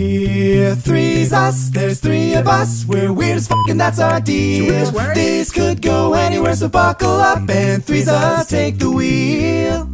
We're three's us, there's three of us, we're weird as fucking that's our deal. This could go anywhere, so buckle up and three's us take the wheel.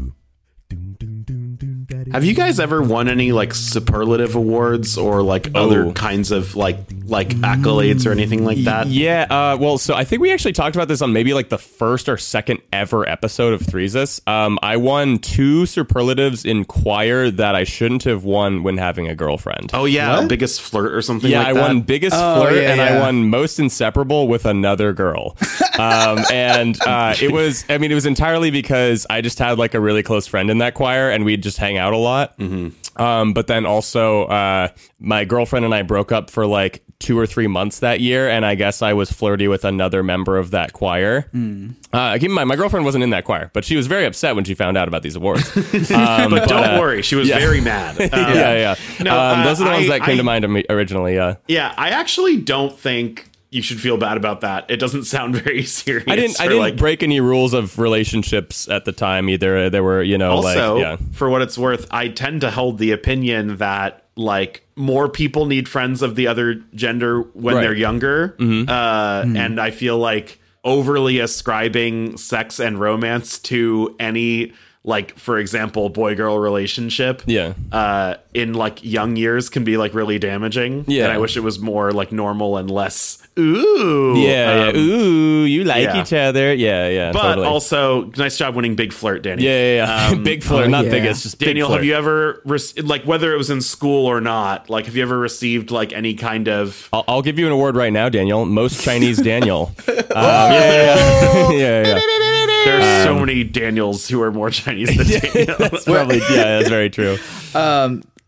Have you guys ever won any like superlative awards or like other kinds of like like accolades or anything like that? Yeah, uh, well, so I think we actually talked about this on maybe like the first or second ever episode of Threesus. Um, I won two superlatives in choir that I shouldn't have won when having a girlfriend. Oh yeah, biggest flirt or something yeah, like I that. won biggest Oh, flirt yeah, and I yeah. won most inseparable with another girl. Um, and uh, it was, I mean, it was entirely because I just had like a really close friend in that choir and we'd just hang out a lot. Mm-hmm. Um, but then also, uh, my girlfriend and I broke up for like two or three months that year, and I guess I was flirty with another member of that choir. Mm. Uh, keep in mind, my girlfriend wasn't in that choir, but she was very upset when she found out about these awards. Um, but don't uh, worry, she was yeah. very mad. Um, yeah, yeah. No, um, uh, those are the ones I- that came to I- mind to me originally. Yeah. Yeah, I actually don't think you should feel bad about that. It doesn't sound very serious. I didn't. I or, didn't like- break any rules of relationships at the time either. There were, you know, also, like yeah. for what it's worth, I tend to hold the opinion that like more people need friends of the other gender when Right. Mm-hmm. they're younger, uh, and I feel like overly ascribing sex and romance to any like for example boy girl relationship Yeah. uh in like young years can be like really damaging Yeah. and i wish it was more like normal and less ooh Yeah, um, yeah. Ooh, you like yeah. each other. Yeah, yeah. but totally. also nice job winning big flirt danny yeah, yeah, yeah. big flirt, oh, not yeah. biggest, just Daniel, Big flirt. have you ever rec- like whether it was in school or not? Like, have you ever received like any kind of? I'll, I'll give you an award right now, Daniel. Most Chinese Daniel. Oh. um, yeah, yeah, yeah. yeah, yeah. There's so many Daniels who are more Chinese than Daniel. Um, That's probably yeah. That's very true.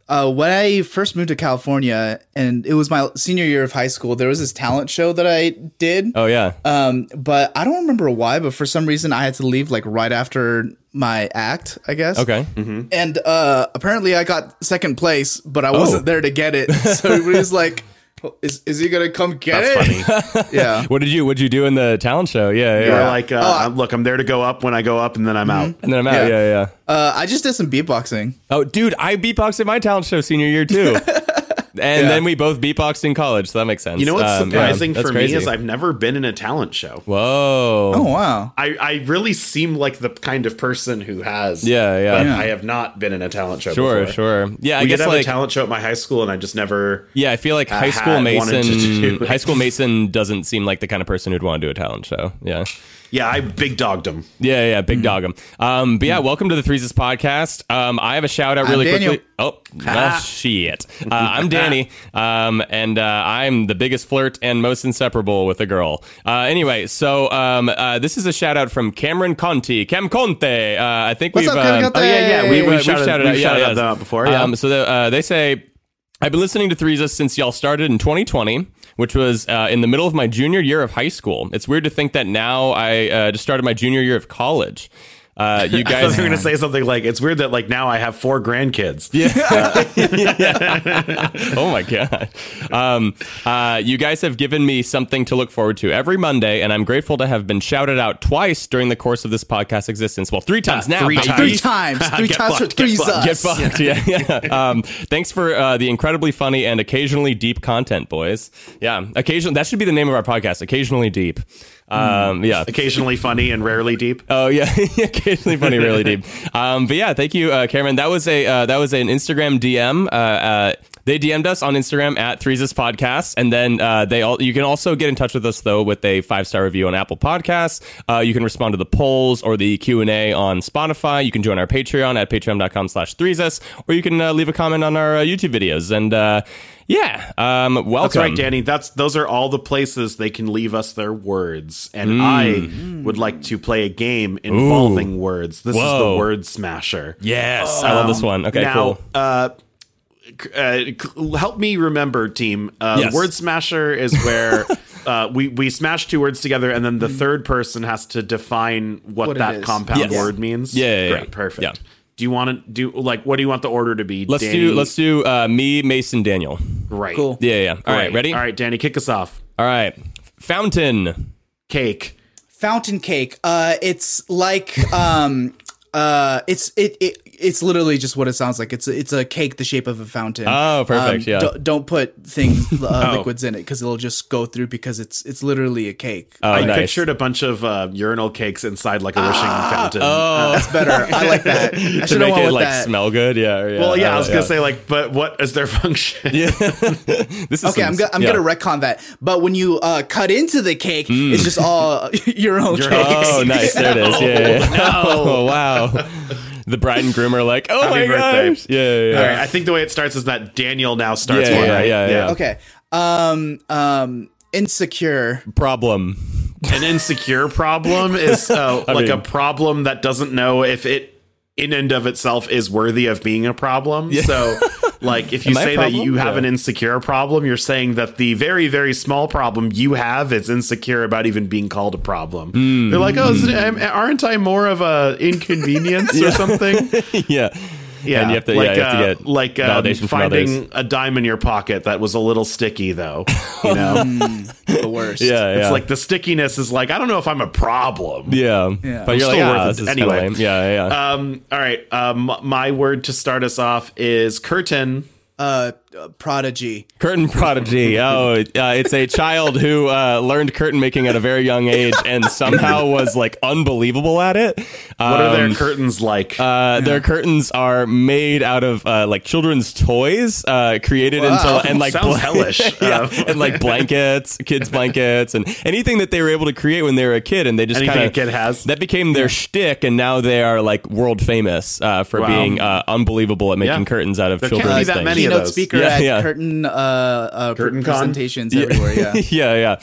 uh, when I first moved to California, and it was my senior year of high school, there was this talent show that I did. Oh yeah. Um, but I don't remember why, but for some reason I had to leave like right after my act, I guess. okay. Mm-hmm. And uh, apparently I got second place, but I Oh. wasn't there to get it. So everybody's like, "Well, is, is he going to come get it? Yeah. What did you What did you do in the talent show? Yeah, yeah. You're yeah. Mm-hmm. like, uh, I'm- look, I'm there to go up. When I go up, and then I'm out. and then I'm out. Yeah. Yeah, yeah. yeah. Uh, I just did some beatboxing. Oh, dude, I beatboxed at my talent show senior year too. And then we both beatboxed in college, so that makes sense. You know what's Um, yeah, surprising that's for crazy. me is I've never been in a talent show. Whoa. Oh, wow. I, I really seem like the kind of person who has. Yeah, yeah. But Yeah. I have not been in a talent show. Sure, before. sure. Yeah, I we did guess have a like talent show at my high school, and I just never. yeah, I feel like I high school had wanted to Mason do it. high school Mason doesn't seem like the kind of person who'd want to do a talent show. Yeah. Yeah, I big dogged him. Yeah, yeah, big dog 'em. Um, but yeah, welcome to the Threeses podcast. Um, I have a shout out really Daniel. quickly. Oh, well, shit. Uh, I'm Danny, um, and uh, I'm the biggest flirt and most inseparable with a girl. Uh, anyway, so um, uh, this is a shout out from Cameron Conti, Cam Conte. Uh, I think What's we've up, Cameron um, Conte? oh, yeah, yeah, we, We've we, have shouted- shouted, out, we've yeah, shouted yeah. them out before, yeah. Um, so the, uh, they say I've been listening to Threesus since y'all started in 2020, which was uh, in the middle of my junior year of high school. It's weird to think that now I uh, just started my junior year of college. Uh, you I thought guys, you were going to say something like, "It's weird that like now I have four grandkids." Yeah, oh my god, um, uh, you guys have given me something to look forward to every Monday, and I'm grateful to have been shouted out twice during the course of this podcast existence. Well, three times now, three baby. Three times. times. Three Get times for fucked, get three's fucked, us. Get fucked. Yeah, yeah. Um, thanks for uh, the incredibly funny and occasionally deep content, boys. Yeah, occasionally that should be the name of our podcast. Occasionally deep. Um, yeah. occasionally funny and rarely deep. Oh yeah, occasionally funny, really deep. Um, but yeah, thank you, uh, Cameron. That was a uh, that was an Instagram DM. Uh, uh, they DM'd us on Instagram at Threeses Podcast, and then uh, they all. You can also get in touch with us though with a five star review on Apple Podcasts. Uh, you can respond to the polls or the Q and A on Spotify. You can join our Patreon at patreon.com/slash Threeses, or you can uh, leave a comment on our uh, YouTube videos. And uh, yeah, um, welcome. That's right, Danny. That's those are all the places they can leave us their words. And Mm. I would like to play a game involving words. This is the Whoa. word smasher. Yes, I love this one. Um, Okay, now, cool. uh, c- uh, c- help me remember, team. Uh, Yes. Word smasher is where uh, we we smash two words together, and then the third person has to define what, Mm-hmm. What it that is. compound Yes. word means. Yeah, yeah, yeah. Great, perfect. Yeah. Do you want to do like what do you want the order to be? Let's Danny? do let's do uh, me, Mason, Daniel. Right. Cool. Yeah, yeah. All right, Great. ready? All right, Danny, kick us off. All right. Fountain. Cake. Fountain cake. Uh, it's like um, Uh, it's it, it it's literally just what it sounds like. It's it's a cake the shape of a fountain. Um, Oh, perfect, yeah. don't- don't put things uh, Oh. liquids in it because it'll just go through because it's it's literally a cake. Oh, I nice. pictured a bunch of uh, urinal cakes inside like a wishing fountain. oh, That's better. I like that. I to should have make went it with like that. smell good. Yeah. or- well, yeah, I was uh, gonna say like, but what is their function? yeah. this is Okay, I'm, go- I'm yeah. Hmm. gonna retcon that. But when you uh, cut into the cake, it's just all your own Your- cake. Oh, nice. There it is. Yeah. yeah, yeah. Oh, wow. The bride and groom are like, oh Happy my birthday. gosh. Yeah. Yeah. yeah. All right, I think the way it starts is that Daniel now starts Yeah, one, yeah, right? yeah, yeah. Okay. Um. Um. Insecure. Problem. An insecure problem is uh, like a mean- problem that doesn't know if it in and of itself is worthy of being a problem. So like if you Am I a say that problem? you have Yeah. an insecure problem, you're saying that the very, very small problem you have is insecure about even being called a problem. Hmm. They're like, oh, isn't it, am- aren't I more of a inconvenience or something? yeah. Yeah, And you have to, like, yeah, you have uh, to get like um, validation from others. finding a dime in your pocket that was a little sticky, though. You know, Hmm. The worst. Yeah. Yeah. it's like the stickiness is like I don't know if I'm a problem. yeah. yeah. But you're like, still ah, worth it this is kinda anyway. lame. Yeah. Yeah. yeah. Um, all right. Um, my word to start us off is curtain. Uh. uh, Prodigy. Curtain prodigy. Oh, uh, it's a child who uh, learned curtain making at a very young age and somehow was like unbelievable at it. What are Um, their curtains like? Uh, Their curtains are made out of uh, like children's toys, uh, created until and like Sounds hellish. yeah, Uh, and like blankets, kids blankets, and anything that they were able to create when they were a kid, and they just Anything kind a kid has. that became their shtick, and now they are like world famous uh, for Wow. being uh, unbelievable at making Yeah. curtains out of There can't children's be that things. many of Keynote those. speaker Yeah, at yeah. curtain. Uh. uh Curtain con? presentations everywhere. Yeah. yeah, yeah.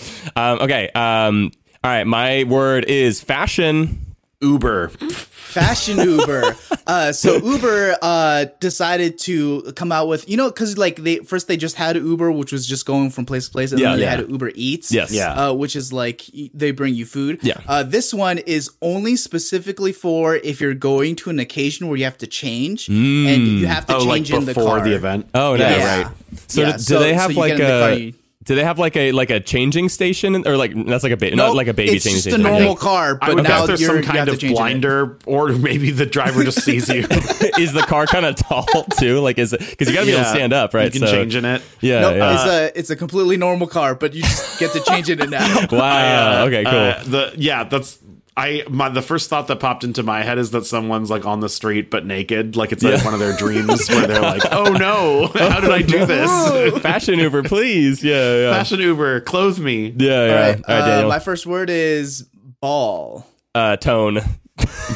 Um, okay. Um, all right. My word is fashion. Uber. fashion uber uh so uber uh decided to come out with you know because like they first they just had uber which was just going from place to place and Yeah. then they Yeah. had uber eats Yes. Yeah. uh, which is like y- they bring you food Yeah. uh this one is only specifically for if you're going to an occasion where you have to change and you have to Oh, like change in the before car the, event. Oh, yeah, nice. right So Yeah, do, do so- they so have you like get in the car, a? you- do they have like a like a changing station in- or like that's like a ba- not like a baby it's changing just a station? I normal think. car I but would now guess there's you're, some you have kind to of change it. blinder, or maybe the driver just sees you. is the car kind of tall too? Like is it because you got to be able to Yeah. stand up, right? You can change in it. Yeah. no, Oh, yeah. it's a it's a completely normal car, but you just get to change it in now. wow. okay. Cool. Uh, the yeah, that's I my the first thought that popped into my head is that someone's like on the street but naked, like it's like one of their dreams where they're like, "Oh no, how did I do Oh, Uh, this?" Fashion Uber, please. Yeah. Yeah. Fashion Uber, clothe me. yeah. Yeah. All All right. right, uh, Daniel. my first word is ball. uh, tone.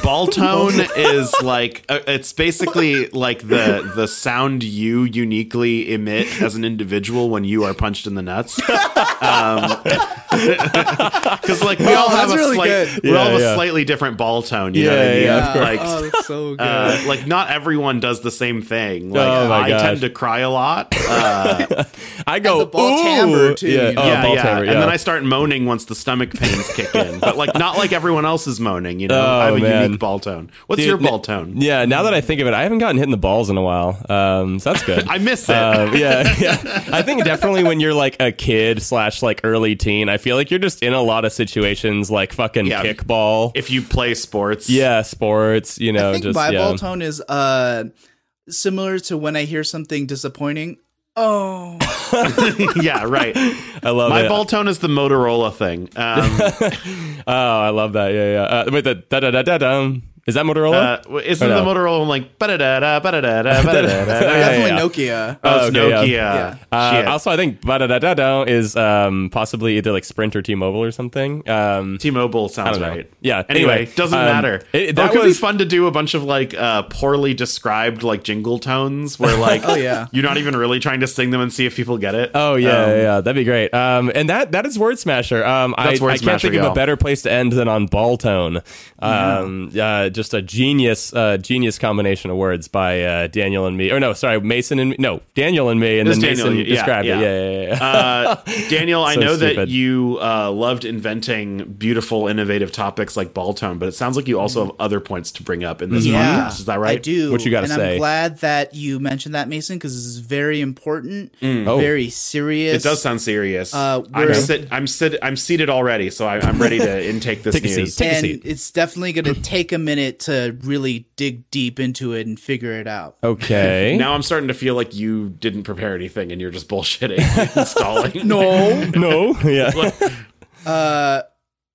Ball tone is like uh, it's basically like the the sound you uniquely emit as an individual when you are punched in the nuts. Because like we all Oh, have that's a really slight, good. we all Yeah, have yeah. a slightly different ball tone. You know what Yeah, I mean? yeah, of course. Like oh, that's so good. uh, like not everyone does the same thing. Like Oh my I gosh. tend to cry a lot. Uh, I go the ball Ooh! timbre, too, Yeah, you know? oh, yeah, ball yeah. timbre, yeah. And then I start moaning once the stomach pains kick in. But like not like everyone else is moaning. You know, Oh, I have a man. unique ball tone. What's Dude, your n- ball tone? yeah, now that I think of it, I haven't gotten hit in the balls in a while. Um, so that's good. I miss it. Um, yeah, yeah. I think definitely when you're like a kid slash like early teen, I feel like you're just in a lot of situations like fucking Yeah. kickball, if you play sports. yeah, sports. You know, I think just my yeah. ball tone is uh, similar to when I hear something disappointing. Oh, yeah, right. I love My it. ball tone is the Motorola thing. Um, oh, I love that. Yeah, yeah. Uh, wait, the da da da da dum. Is that Motorola? uh, isn't Or the no? Motorola one like ba da da ba da da da ba da da? Yeah, definitely yeah. Uh, Nokia. Oh, it's Okay, yeah. Nokia. Yeah. Uh, Shit. also, I think da da da da is um, possibly either like Sprint or T-Mobile or something. Um, T-Mobile sounds don't know. right. Yeah, Anyway, anyway, doesn't um, matter. that it- that could was- be fun to do a bunch of like uh, poorly described like jingle tones where like Oh, yeah. you're not even really trying to sing them and see if people get it. Oh yeah, Um, yeah, yeah, that'd be great. Um, and that that is Word Smasher. Um, I, That's Word I can't Smasher, think of a y'all. better place to end than on ball tone. Um, uh, just a genius, uh, genius combination of words by uh, Daniel and me. Or no, sorry, Mason and me. no Daniel and me, and It's then Daniel, Mason yeah, described yeah. it. Yeah, yeah, yeah. yeah. Uh, Daniel, I So know that stupid. you uh, loved inventing beautiful, innovative topics like ball tone, but it sounds like you also have other points to bring up in this mm-hmm. yeah, podcast. Is that right? Mm-hmm. I do. What you gotta and say? I'm glad that you mentioned that, Mason, because this is very important, Oh. very serious. It does sound serious. Uh, I'm we're- sit. I'm sit. I'm seated already, so I, I'm ready to intake this Take a news. seat. Take a and seat. it's definitely going to take a minute minute to really dig deep into it and figure it out. Oh. Okay. Now I'm starting to feel like you didn't prepare anything and you're just bullshitting, installing. No. no. Yeah. Uh,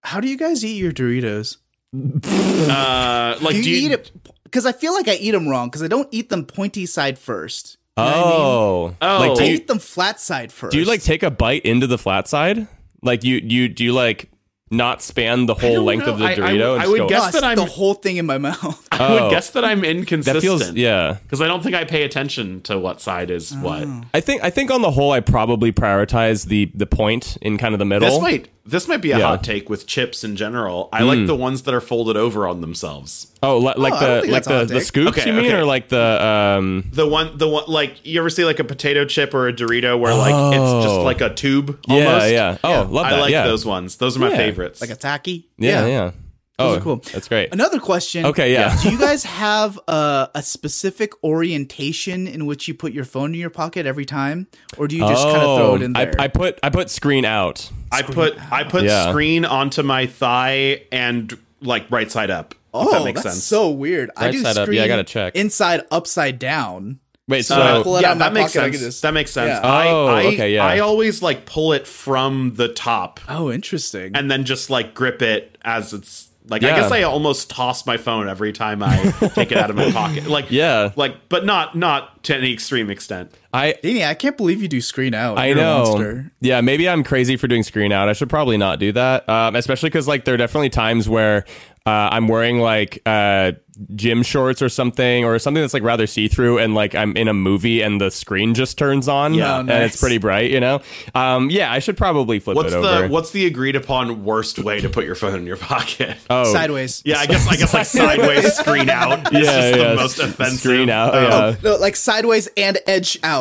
how do you guys eat your Doritos? Uh, like, Do you, do you, eat it? Because I feel like I eat them wrong. Because I don't eat them pointy side first. Oh. Oh. Like, do I you, eat them flat side first. do you like take a bite into the flat side? Like you you do you like not span the whole don't length know. of the I- I Dorito? would- and I just would go- guess- No, Yes, I but stick the I'm- whole thing in my mouth? I Oh. would guess that I'm that inconsistent. feels yeah. Because I don't think I pay attention to what side is what. I think I think on the whole I probably prioritize the the point in kind of the middle. This might this might be a Yeah. hot take with chips in general. I like the ones that are folded over on themselves. Oh, li- like Oh, I don't the think like that's the, hot the take. scoops Okay, you mean, okay. or like the um? The one the one like you ever see like a potato chip or a Dorito where like it's just Oh. like a tube Yeah, almost. yeah. Oh, love that. I like yeah. those ones. Those are my Yeah. favorites. like a tacky? Yeah, yeah. Oh, Those are cool. That's great. Another question. Okay, yeah. Do you guys have a, a specific orientation in which you put your phone in your pocket every time, or do you just kind of throw it in there? Oh, I, I put I put screen out. I put I put Yeah. screen onto my thigh and like right side up. oh, if that makes that's sense. so weird. I Right do side up. screen Yeah, I gotta check. inside upside down. Wait, so Uh, pull it yeah, out of my that makes pocket, I get sense. this. That makes sense. Yeah. I, Oh, I, okay, yeah. I always like pull it from the top Oh, interesting. and then just like grip it as it's like Yeah. I guess I almost toss my phone every time I take it out of my pocket. Like Yeah. like but not not to any extreme extent. I Danny, I can't believe you do screen out. I You're a know. monster. Yeah, maybe I'm crazy for doing screen out. I should probably not do that, um, especially because like there are definitely times where uh, I'm wearing like uh, gym shorts or something, or something that's like rather see through, and like I'm in a movie and the screen just turns on, Yeah. Oh, and nice. it's pretty bright, you know. Um, yeah, I should probably flip What's it the over. what's the agreed upon worst way to put your phone in your pocket? oh. Sideways. Yeah, I guess I guess like sideways screen out is Yeah, just yeah. the most offensive. Screen out. Oh, Yeah. no, like sideways and edge out.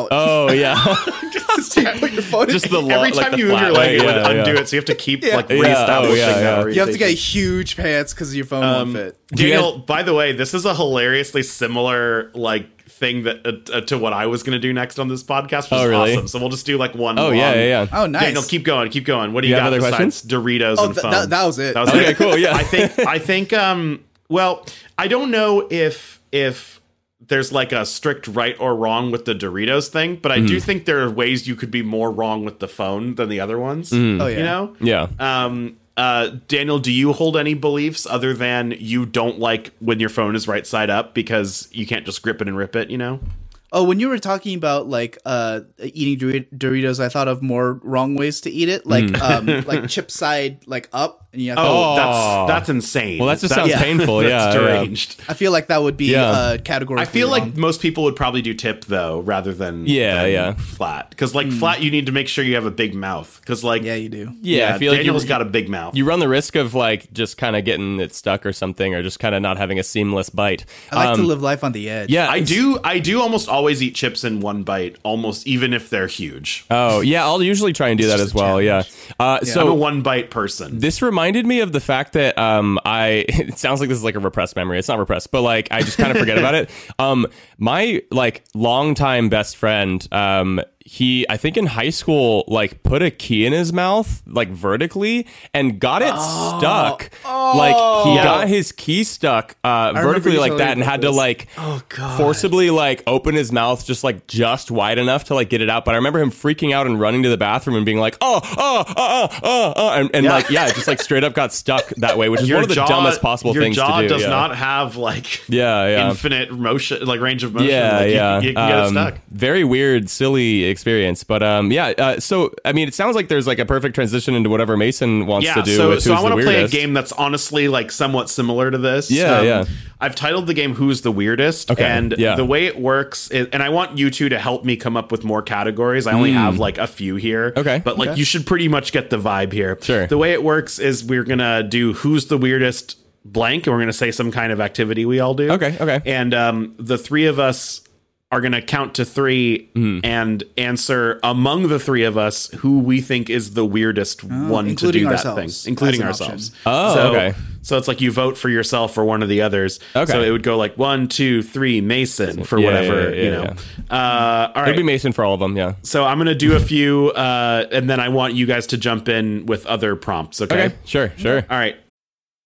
Oh yeah. So you put your phone in- Just the lo- Every like time the you move your flat leg, leg, it would yeah, undo yeah. it, so you have to keep like Yeah. reestablishing Yeah, oh, yeah, that. yeah. you have to get huge pants because your phone Um, won't fit. Daniel, You by the way, this is a hilariously similar like thing that uh, uh, to what I was going to do next on this podcast, which Oh, is really? awesome. So we'll just do like one. Oh long- yeah, yeah, yeah. Oh, nice. Daniel, keep going, keep going. What do you, You have got other besides Doritos Oh, and th- phone? that- that was it. Okay, cool, yeah. I think I think um well, I don't know if if there's like a strict right or wrong with the Doritos thing, but I Mm. do think there are ways you could be more wrong with the phone than the other ones. Oh, yeah. You know? Mm. Yeah. Um, uh, Daniel, do you hold any beliefs other than you don't like when your phone is right side up because you can't just grip it and rip it? You know, Oh, when you were talking about like uh, eating Dor- Doritos, I thought of more wrong ways to eat it, Mm. like um, like chip side like up, and you have to- oh, that's that's insane. Well, that just sounds yeah. painful. that's yeah, yeah. deranged. I feel like that would be Yeah. uh, category. I feel like most people would probably do tip though rather than Yeah, than yeah. flat because like flat you need to make sure you have a big mouth because like yeah, you do. Yeah, I feel like Daniel's you- got a big mouth. you run the risk of like just kind of getting it stuck or something, or just kind of not having a seamless bite. I like to Um, live life on the edge. yeah, I it's- do. I do almost always eat chips in one bite, almost even if they're huge. Oh yeah, I'll usually try and do that just as a well. Yeah. Uh, I'm a So one bite person. this reminded me of the fact that um, I. It sounds like this is like a repressed memory. It's not repressed, but like I just kind of forget about it. Um, my like longtime best friend. Um, he I think in high school like put a key in his mouth like vertically and got it Oh. stuck. Like he Yeah. got his key stuck uh, remember vertically you like telling me that and about had to this. like Oh, forcibly like open his mouth just like just wide enough to like get it out. But I remember him freaking out and running to the bathroom and being like, oh, oh, oh, oh, oh, oh and, and like yeah, just like straight up got stuck that way, which is one of the dumbest possible your things jaw to do. does yeah. not have like Yeah, yeah. infinite motion, like range of motion. Yeah, Like, you- yeah. You, can get Um, stuck. Very weird, silly experience, but um, yeah. Uh, so I mean, it sounds like there's like a perfect transition into whatever Mason wants Yeah. to do. So, with so who's I want the to play a weirdest. game that's honestly like somewhat similar to this. Um, Yeah, yeah. I've titled the game "Who's the Weirdest," Okay, and yeah. the way it works, is, and I want you two to help me come up with more categories. I only have like a few here. Hmm. Okay. but like you should pretty much get the vibe here. Sure. The way it works is we're gonna do "Who's the Weirdest." blank and we're going to say some kind of activity we all do Okay, okay. and um, the three of us are going to count to three Hmm. and answer among the three of us who we think is the weirdest one to including do that thing, ourselves including as an ourselves. option. Oh, so, okay. So it's like you vote for yourself or one of the others. Okay. So it would go like one, two, three, Mason for Yeah, whatever yeah, yeah, you know. Uh, all It'd be right. Mason for all of them. Yeah. So I'm going to do a few, uh, and then I want you guys to jump in with other prompts. Okay. Okay. Sure. Sure. All right.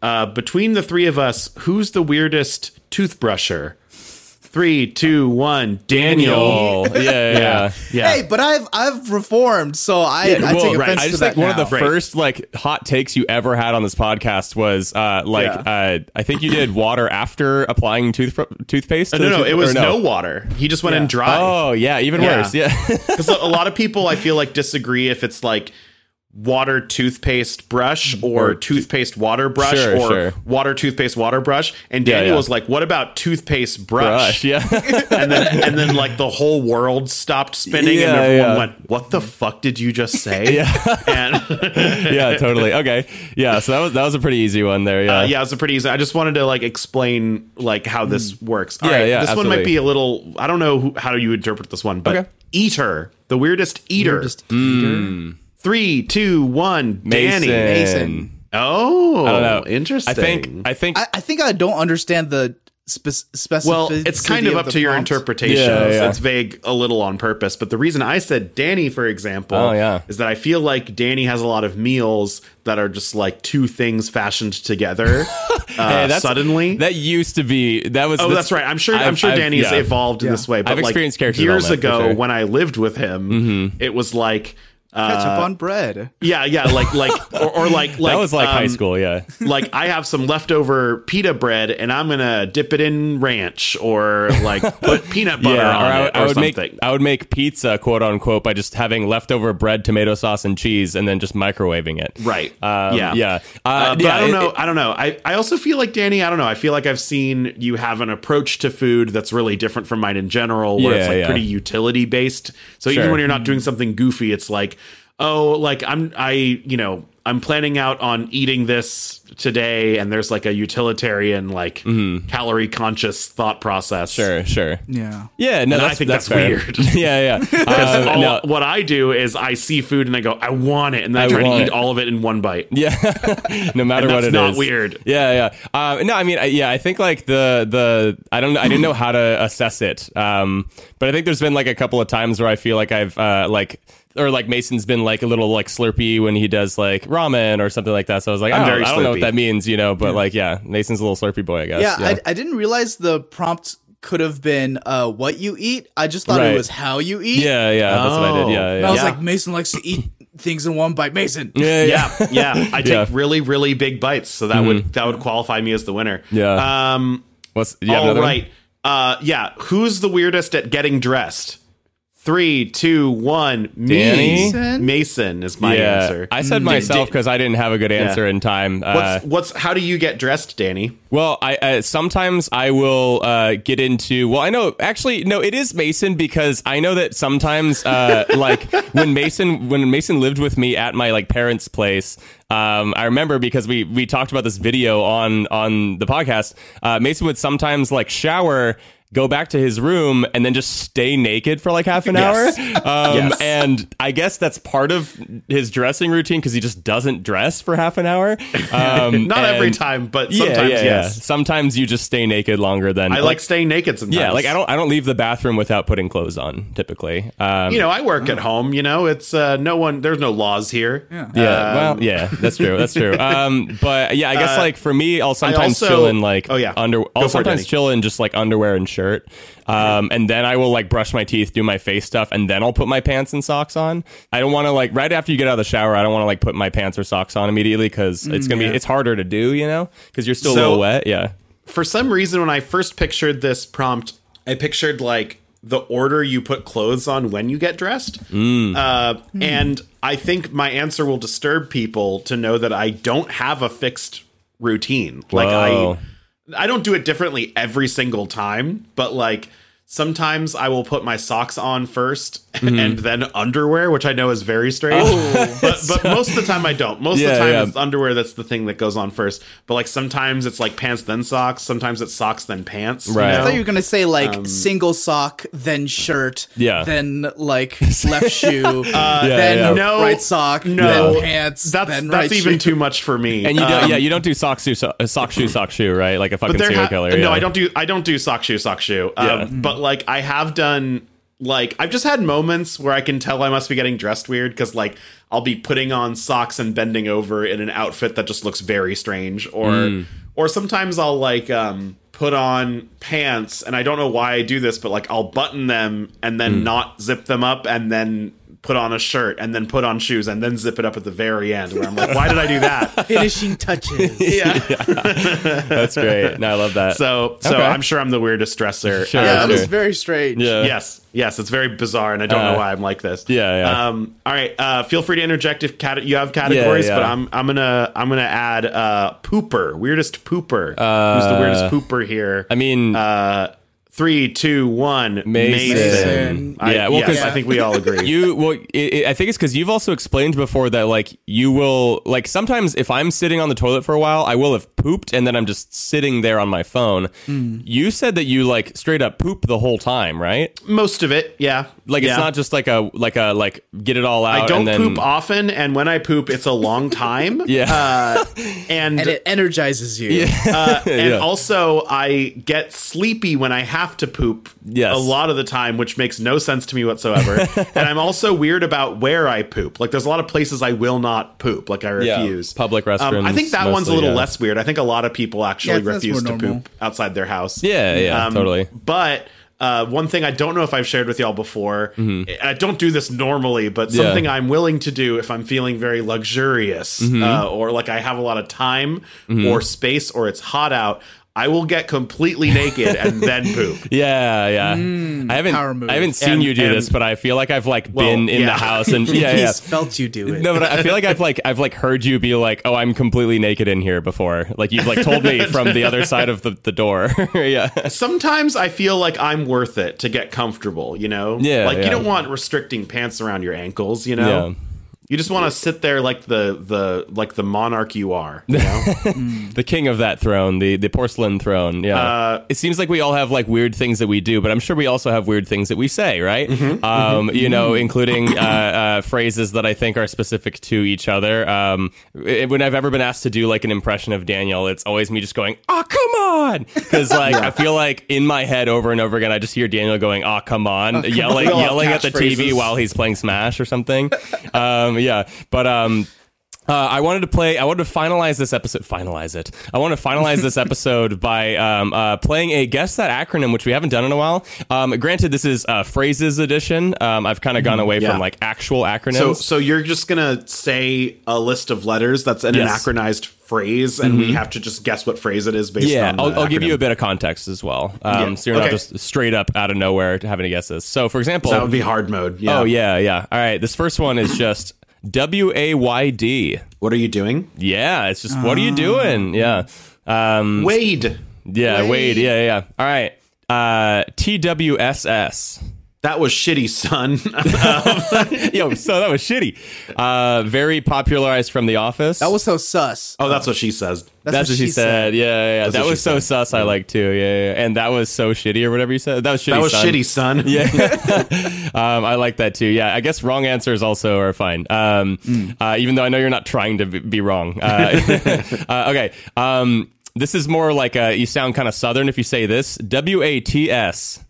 Uh, between the three of us, who's the weirdest toothbrusher? Three, two, one. Daniel. Daniel. yeah, yeah, yeah. Yeah. Hey, but I've I've reformed, so I, I well, take offense I to just that think one now. of the first like hot takes you ever had on this podcast was uh, like uh, I think you did water after applying tooth toothpaste. to no, the no, tooth- it or was no. water. He just went in dry. Oh yeah, even Yeah. worse. Yeah, Because a lot of people, I feel like, disagree if it's like water toothpaste brush or toothpaste water brush Mm-hmm. Sure, or sure. water toothpaste water brush. And Yeah, Daniel yeah. was like, "What about toothpaste brush?" rush. Yeah, And then, and then, like the whole world stopped spinning, and Yeah, everyone yeah. went, "What the fuck did you just say?" Yeah. and yeah, totally. Okay, yeah. So that was that was a pretty easy one there. Yeah, Uh, yeah, it's a pretty easy. I just wanted to like explain like how this works. All Mm. Yeah, right, yeah, this one might absolutely. be a little. I don't know who, how you interpret this one, but Okay. eater, the weirdest eater. Mm. Three, two, one. Mason. Danny. Oh, I don't know. interesting. I think I think I, I think I don't understand the spec- specificity. Well, it's kind of of up the to your prompt. interpretation. Yeah, yeah. It's vague a little on purpose, but the reason I said Danny, for example, Oh, yeah. is that I feel like Danny has a lot of meals that are just like two things fashioned together uh, that's- suddenly. that used to be that was. Oh, that's right. I'm sure. I'm I've- sure I've- Danny's yeah. evolved in this way. But I've like experienced character years development, for ago sure. Mm-hmm. when I lived with him, it was like, uh, ketchup on bread. yeah, yeah, like like or, or like like That was like high um, school. Yeah. like I have some leftover pita bread and I'm gonna dip it in ranch or like put peanut butter yeah, on or I, it would- or I would something. make I would make pizza, quote unquote, by just having leftover bread, tomato sauce, and cheese, and then just microwaving it. Right. Um, yeah. Yeah. Uh, Uh, but yeah, I don't it- know. it- I don't know. I, I also feel like Danny. I don't know. I feel like I've seen you have an approach to food that's really different from mine in general, where it's Yeah, like yeah. pretty utility based. So Sure. even when you're not doing something goofy, it's like, oh, like I'm I you know I'm planning out on eating this today, and there's like a utilitarian like calorie conscious thought process. Mm-hmm. sure. Sure. Yeah. Yeah. And No, I that's, think that's, that's fair. weird. yeah. Yeah. Because Um, all- no, what I do is I see food and I go, I want it, and then I, I try to want eat it. all of it in one bite. Yeah, no matter And what that's it is, not weird. Yeah, yeah. Um, no, I mean, I, yeah, I think like the the I don't I didn't know how to assess it. Um, but I think there's been like a couple of times where I feel like I've uh, like or like Mason's been like a little like slurpy when he does like ramen or something like that. So I was like, I'm I don't- very I don't know slurpy. what that means, you know. But like, yeah, Mason's a little slurpy boy, I guess. Yeah, I, I didn't realize the prompt could have been uh, what you eat. I just thought Right. it was how you eat. yeah, yeah, that's what I Oh. did. Yeah, And yeah. I was Yeah. like, Mason likes to eat things in one bite. Mason. yeah, yeah. yeah, yeah. I take Yeah. Mm-hmm. really, really big bites, so that would that would qualify me as the winner. Yeah. Um. What's do you have all another one? right. Uh. Yeah. Who's the weirdest at getting dressed? Three, two, one. Me. Danny? Mason is my Yeah, answer. I Mm. said myself because I didn't have a good answer in time. Uh, What's what's how do you get dressed, Danny? Well, I uh, sometimes I will uh, get into. Well, I know actually no, it is Mason because I know that sometimes uh, like when Mason when Mason lived with me at my like parents' place. Um, I remember because we we talked about this video on on the podcast. Uh, Mason would sometimes like shower. Go back to his room and then just stay naked for like half an Yes. hour. Um, Yes. And I guess that's part of his dressing routine because he just doesn't dress for half an hour. Um, Not every and- time, but sometimes yes. Sometimes you just stay naked longer than I like, staying naked sometimes. yeah, like I don't I don't leave the bathroom without putting clothes on typically. Um, You know, I work at home. You know, it's uh, no one. There's no laws here. Uh, yeah, well, yeah, that's true. That's true. Um, but yeah, I guess like for me, I'll sometimes also- chill in like Oh, yeah. under. Go for I'll it, sometimes Danny. chill in just like underwear and shirt, um, and then I will like brush my teeth, do my face stuff, and then I'll put my pants and socks on. I don't want to like right after you get out of the shower. I don't want to like put my pants or socks on immediately because it's gonna be it's harder to do, you know, because you're still a Mm, So- little wet. Yeah. for some reason when I first pictured this prompt, I pictured like the order you put clothes on when you get dressed. Mm. Uh, And I think my answer will disturb people to know that I don't have a fixed routine. Like Whoa. I, I don't do it differently every single time, but like Sometimes I will put my socks on 1st Mm-hmm. and then underwear, which I know is very strange. but, but most of the time I don't. Most of Oh. Yeah, the time yeah. it's underwear that's the thing that goes on first. But like sometimes it's like pants then socks. Sometimes it's socks then pants. you Right. I know? thought you were gonna say like Um, single sock, then shirt, Yeah. then like left shoe, then yeah. Uh, No, right sock, no. then pants, that's then right that's even shoe. too much for me. And you don't, Um, yeah, you don't do sock shoe so, uh, sock shoe sock shoe, right? Like a fucking there serial ha- killer. No, yeah. I don't do I don't do sock shoe sock shoe. Um, Yeah. But like I have done like I've just had moments where I can tell I must be getting dressed weird because like I'll be putting on socks and bending over in an outfit that just looks very strange, or Mm. or sometimes I'll like um put on pants and I don't know why I do this, but like I'll button them and Mm. then not zip them up and then put on a shirt and then put on shoes and then zip it up at the very end where I'm like, why did I do that? finishing touches. yeah. That's great. No, I love that. So, so Okay. I'm sure I'm the weirdest dresser. Sure. yeah, Uh, that sure. was very strange. yeah. yes, yes, it's very bizarre, and I don't Uh, know why I'm like this. yeah, yeah. Um, all right. Uh, feel free to interject if cat- you have categories, Yeah, yeah. but I'm I'm gonna I'm gonna add uh, pooper, weirdest pooper. Who's the weirdest pooper here? Uh, I mean, uh, three, two, one. Mason. Mason. I, Yeah, well, yes, 'cause- I think we all agree. you well, it, it, I think it's because you've also explained before that like you will like sometimes if I'm sitting on the toilet for a while, I will have pooped and then I'm just sitting there on my phone. Hmm. You said that you like straight up poop the whole time, right? Most of it, yeah. Like Yeah. it's not just like a like a like get it all out. I don't and then, poop often, and when I poop, it's a long time. Yeah. Uh, and And it energizes you. Uh, and Yeah. also, I get sleepy when I have to poop Yes. a lot of the time, which makes no sense to me whatsoever. and I'm also weird about where I poop. Like, there's a lot of places I will not poop. Like, I Yeah, refuse. Um, public I think restrooms that one's a mostly, little yeah. less weird. I think a lot of people Yeah, actually that's more refuse to normal. poop outside their house. Yeah, yeah, totally. Um, But. Uh, one thing I don't know if I've shared with y'all before, Mm-hmm. and I don't do this normally, but something I'm willing to do if I'm feeling very luxurious uh, Mm-hmm. or like I have a lot of time or space or it's hot out, I will get completely naked and then poop. Yeah, yeah. I haven't power move. I haven't seen Mm. And- you do and- this, but I feel like I've like been in the yeah. house and yeah, yeah. He's felt you do it. No, but I feel like I've like I've like heard you be like, "Oh, I'm completely naked in here" before. Like you've like told me from the other side of the, the door. yeah. Sometimes I feel like I'm worth it to get comfortable, you know? Yeah, Like yeah. you don't want restricting pants around your ankles, you know? Yeah. You just want to sit there like the the like the monarch you are. You know? The king of that throne, the the porcelain throne. Yeah. it seems like we all have like weird things that we do, but I'm sure we also have weird things that we say, right? um, you know, including uh, uh, phrases that I think are specific to each other. Um, i- when I've ever been asked to do like an impression of Daniel, it's always me just going, "Oh, come on," because like I feel like in my head over and over again, I just hear Daniel going, "Oh, come on," yelling We all have yelling at the TV catchphrases. while he's playing Smash or something. um, yeah, but um. Uh, I wanted to play. I wanted to finalize this episode. Finalize it. I want to finalize this episode by um, uh, playing a guess that acronym, which we haven't done in a while. Um, granted, this is uh, phrases edition. Um, I've kind of gone away Mm-hmm. yeah. from like actual acronyms. So, so you're just gonna say a list of letters that's an Yes. Mm-hmm. anachronized phrase, and we have to just guess what phrase it is based yeah, on. the I'll, I'll give acronym. you a bit of context as well. Um, Yeah, So you're not okay. just straight up out of nowhere having to guess this. So, for example, That would be hard mode. Yeah. oh yeah, yeah. All right, this first one is just W A Y D. What are you doing, Yeah, it's just what are Ah. you doing? Yeah. Um, Wade? Yeah, Wade. Yeah, yeah, yeah. All right. Uh, TWSS. That was shitty, son. Yo, so that was shitty. Uh, very popularized from The Office. That was so sus. oh, that's what she says. That's, That's what she said. Yeah, yeah, yeah. That what was she so sus. I like too. Yeah, yeah, yeah. And that was so shitty or whatever you said. That was shitty. That was son. shitty, son. Um, I like that too. Yeah, I guess wrong answers also are fine. Um, uh, even though I know you're not trying to be, be wrong. Uh, uh, okay. Um, this is more like uh you sound kind of southern if you say this. W A T S.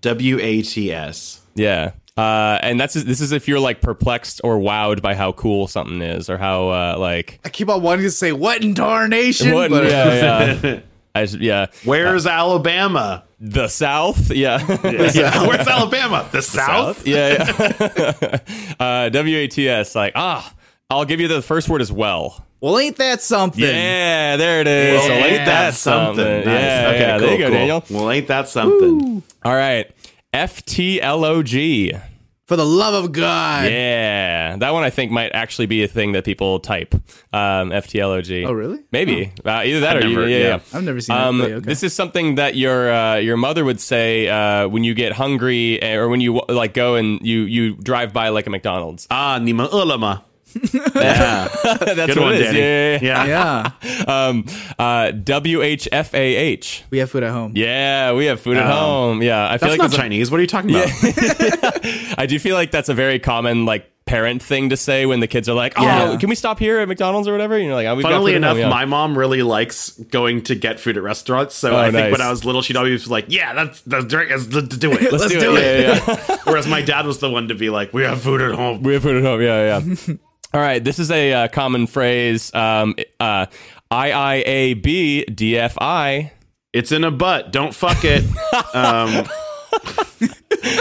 W A T S. Yeah. Uh, and that's this is if you're like perplexed or wowed by how cool something is or how uh, like I keep on wanting to say what in darnation, what but yeah yeah I just, yeah Where's Alabama? the South Uh, yeah Yeah. Where's Alabama? The South. yeah, yeah. uh, W A T S like ah I'll give you the first word as well well, ain't that something? yeah there it is Well, So ain't that something? Nice. yeah okay, yeah cool, there you go cool. Daniel Well, ain't that something? all right F T L O G For the love of God. Yeah, that one I think might actually be a thing that people type. Um, FTLOG. Oh, really? Maybe uh, either that or you, never- yeah, yeah. yeah. I've never seen Um, that play. Okay. This is something that your uh, your mother would say uh, when you get hungry, eh, or when you like go and you you drive by like a McDonald's. Ah, Nima Ulama. Yeah, that's Good what one, it is. Danny. Yeah, yeah, yeah. yeah. yeah. Um, uh, WHFAH. We have food at home. Yeah, we have food at Oh. home. Yeah, I feel That's like not that's a- Chinese. what are you talking about? I do feel like that's a very common like parent thing to say when the kids are like, "Oh, Yeah. can we stop here at McDonald's or whatever?" You know, like, "Oh, we've got Funnily food at enough, home, yeah. my mom really likes going to get food at restaurants. So Oh, I think nice. when I was little, she'd always be like, "Yeah, that's that's drink. Let's, let's do it. Let's, do do, it, it." yeah, Whereas my dad was the one to be like, "We have food at home." We have food at home. Yeah, yeah. All right. This is a uh, common phrase. Um, uh, IIAB DFI. It's in a butt. Don't fuck it. um,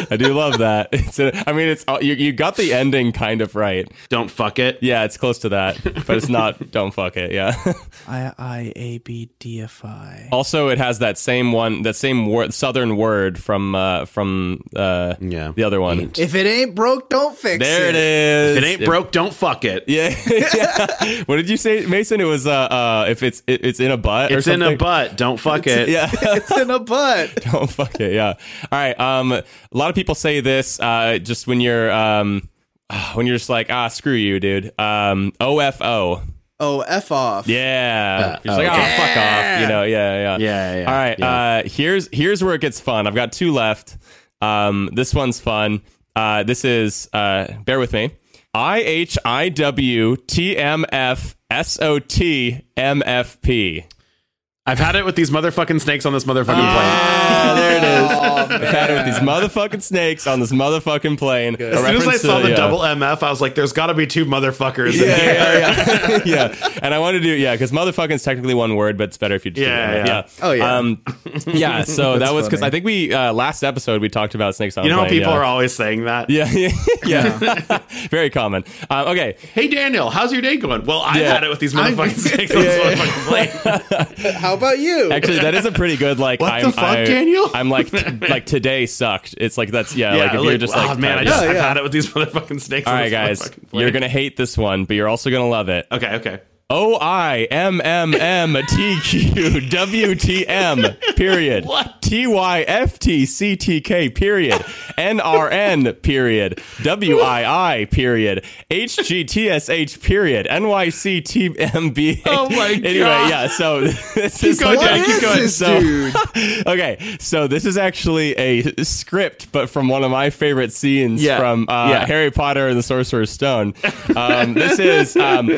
I do love that. It's a, I mean, it's uh, you, you got the ending kind of right. don't fuck it. Yeah, it's close to that, but it's not. don't fuck it. Yeah. I I A B D F I. also, it has that same one, that same word, southern word from uh, from uh, Yeah. the other one. If it ain't broke, don't fix There it. it is. If it ain't broke, don't fuck it. Yeah. Yeah. What did you say, Mason? It was uh, uh if it's it, it's in a butt. or It's in a something? butt. Don't fuck it. Yeah. It's in a butt. Oh fuck it, yeah. All right. Um, a lot of people say this uh, just when you're um, when you're just like ah screw you, dude. Um, OFO. Oh, F off. Yeah. you're just like Uh, okay. oh fuck off. You know. Yeah. Yeah. Yeah, yeah, All right. yeah. Uh, here's here's where it gets fun. I've got two left. Um, this one's fun. Uh, this is uh, bear with me. I H I W T M F S O T M F P. I've had it with these motherfucking snakes on this motherfucking plane. Ah, there it is. I've had it with these motherfucking snakes on this motherfucking plane. As soon as I saw the double MF, I was like, "There's got to be two motherfuckers." in Yeah, here. yeah, yeah. yeah. And I want to do yeah, because motherfucking is technically one word, but it's better if you just Yeah, do it. yeah. Oh, yeah. Um, yeah. So that That's was because funny. I think we uh, last episode we talked about snakes on. You a know how plane, people yeah. are always saying that. Yeah, yeah, yeah. Very common. Um, okay, Hey Daniel, how's your day going? Well, I've Yeah. had it with these motherfucking snakes on this motherfucking plane. How about you? actually, that is a pretty good like. What I'm, the fuck, I, Daniel? I'm like, like today sucked. It's like that's yeah. like if you're just like, oh man, I kinda- just Yeah, I've yeah. had it with these motherfucking snakes. All on right, this guys, motherfucking plane. you're gonna hate this one, but you're also gonna love it. okay, okay. O I M M M T Q W T M period. What? T Y F T C T K period. N R N period. W I I period. H G T S H period. N Y C T M B. A. Oh my Anyway, God. yeah. So this is going, like- Dan, what keep is going. this So- dude? okay, so this is actually a script, but from one of my favorite scenes Yeah, from uh, yeah. Harry Potter and the Sorcerer's Stone. Um, this is um,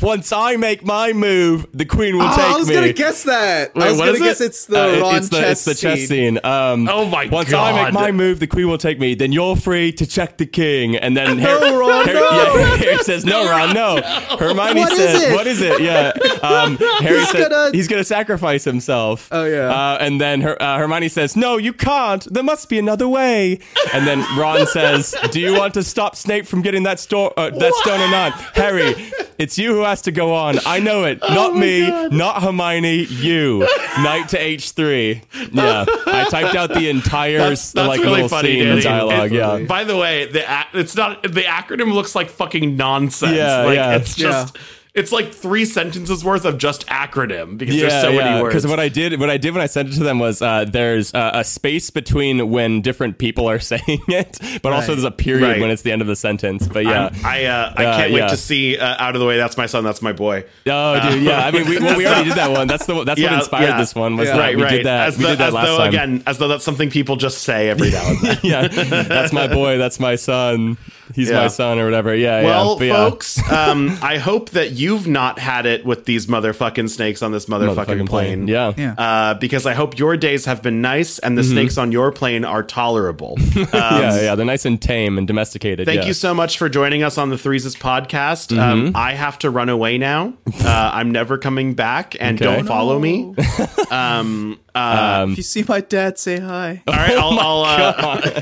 once I make my move, the Queen will Oh, take me. I was gonna guess that. I was what gonna is it? guess it's Uh, the it- Ron it's the, it's the chess scene. Um, Oh my Once I make God. my move, the queen will take me. Then you're free to check the king. And then Harry, Ron, Harry, no. yeah, Harry says, "No, Ron, no." Hermione What is says, it? "What is it?" Yeah. Um, Harry He's said, gonna- "He's gonna sacrifice himself." Oh, yeah. Uh, and then her, uh, Hermione says, "No, you can't. There must be another way." And then Ron says, "Do you want to stop Snape from getting that, sto- uh, that stone or not, Harry?" It's you who has to go on. I know it. Oh Not me, not Hermione, you. Knight to H3. Yeah. I typed out the entire That's, that's like really little funny, scene Danny. and dialogue. It- yeah. By the way, the ac- it's not the acronym looks like fucking nonsense. Yeah, like yeah. it's just it's like three sentences worth of just acronym because there's so many words. Because what I did, what I did when I sent it to them was uh, there's uh, a space between when different people are saying it, but also Right. there's a period Right. when it's the end of the sentence. But yeah, I'm- I uh, I Yeah, can't yeah. wait to see uh, out of the way. That's my son. That's my boy. Oh, dude, yeah. I mean, we, well, we already did that one. That's the that's what Yeah, inspired yeah. this one. Was Yeah. that right, we right. did that? as we though, did that as last though time. again, as though that's something people just say every now and then. yeah, that's my boy. That's my son. He's Yeah. my son or whatever. Yeah, Well, yeah. But folks, um, I hope that you've not had it with these motherfucking snakes on this yeah, motherfucking, motherfucking plane. Yeah. Mm-hmm. Yeah. Uh, because I hope your days have been nice and the snakes on your plane are tolerable. Uh, yeah, yeah. They're nice and tame and domesticated. thank yeah. Mm-hmm. you so much for joining us on the Threeses podcast. Um, I have to run away now. Uh, I'm never coming back, and Okay. don't follow me. Um, Uh, if you see my dad, say hi. All right, I'll, I'll uh,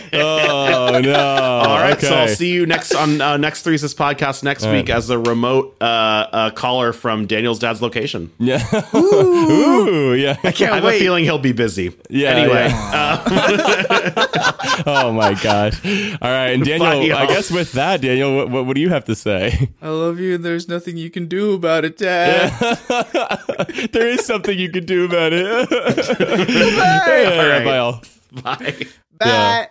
Oh no! All right, so I'll see you next on uh, next Threes this podcast next week as a remote uh, uh, caller from Daniel's dad's location. Yeah. Ooh, yeah. Can't I have a wait. feeling he'll be busy. Yeah, Anyway, Oh my gosh! All right, and Bye, Daniel, y'all. I guess with that, Daniel, what, what, what do you have to say? I love you, and there's nothing you can do about it, Dad. there is something you could do about it. Bye. All right, bye all. bye. Bye.